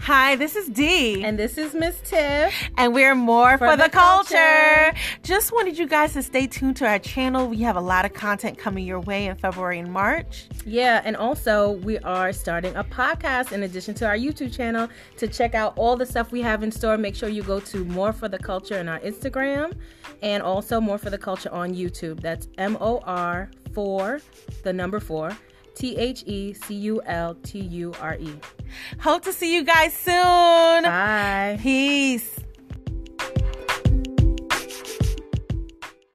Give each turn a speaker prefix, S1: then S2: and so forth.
S1: Hi, this is Dee.
S2: And this is Miss Tiff.
S1: and we're more for,
S2: For
S1: the,
S2: the
S1: culture.
S2: culture.
S1: Just wanted you guys to stay tuned to our channel. We have a lot of content coming your way in February and March.
S2: Yeah, and also we are starting a podcast in addition to our YouTube channel. To check out all the stuff we have in store, make sure you go to More for the Culture in our Instagram and also More for the Culture on YouTube. That's M O R 4, the number 4, T H E C U L T U R E.
S1: Hope to see you guys soon.
S2: Bye.
S1: Peace.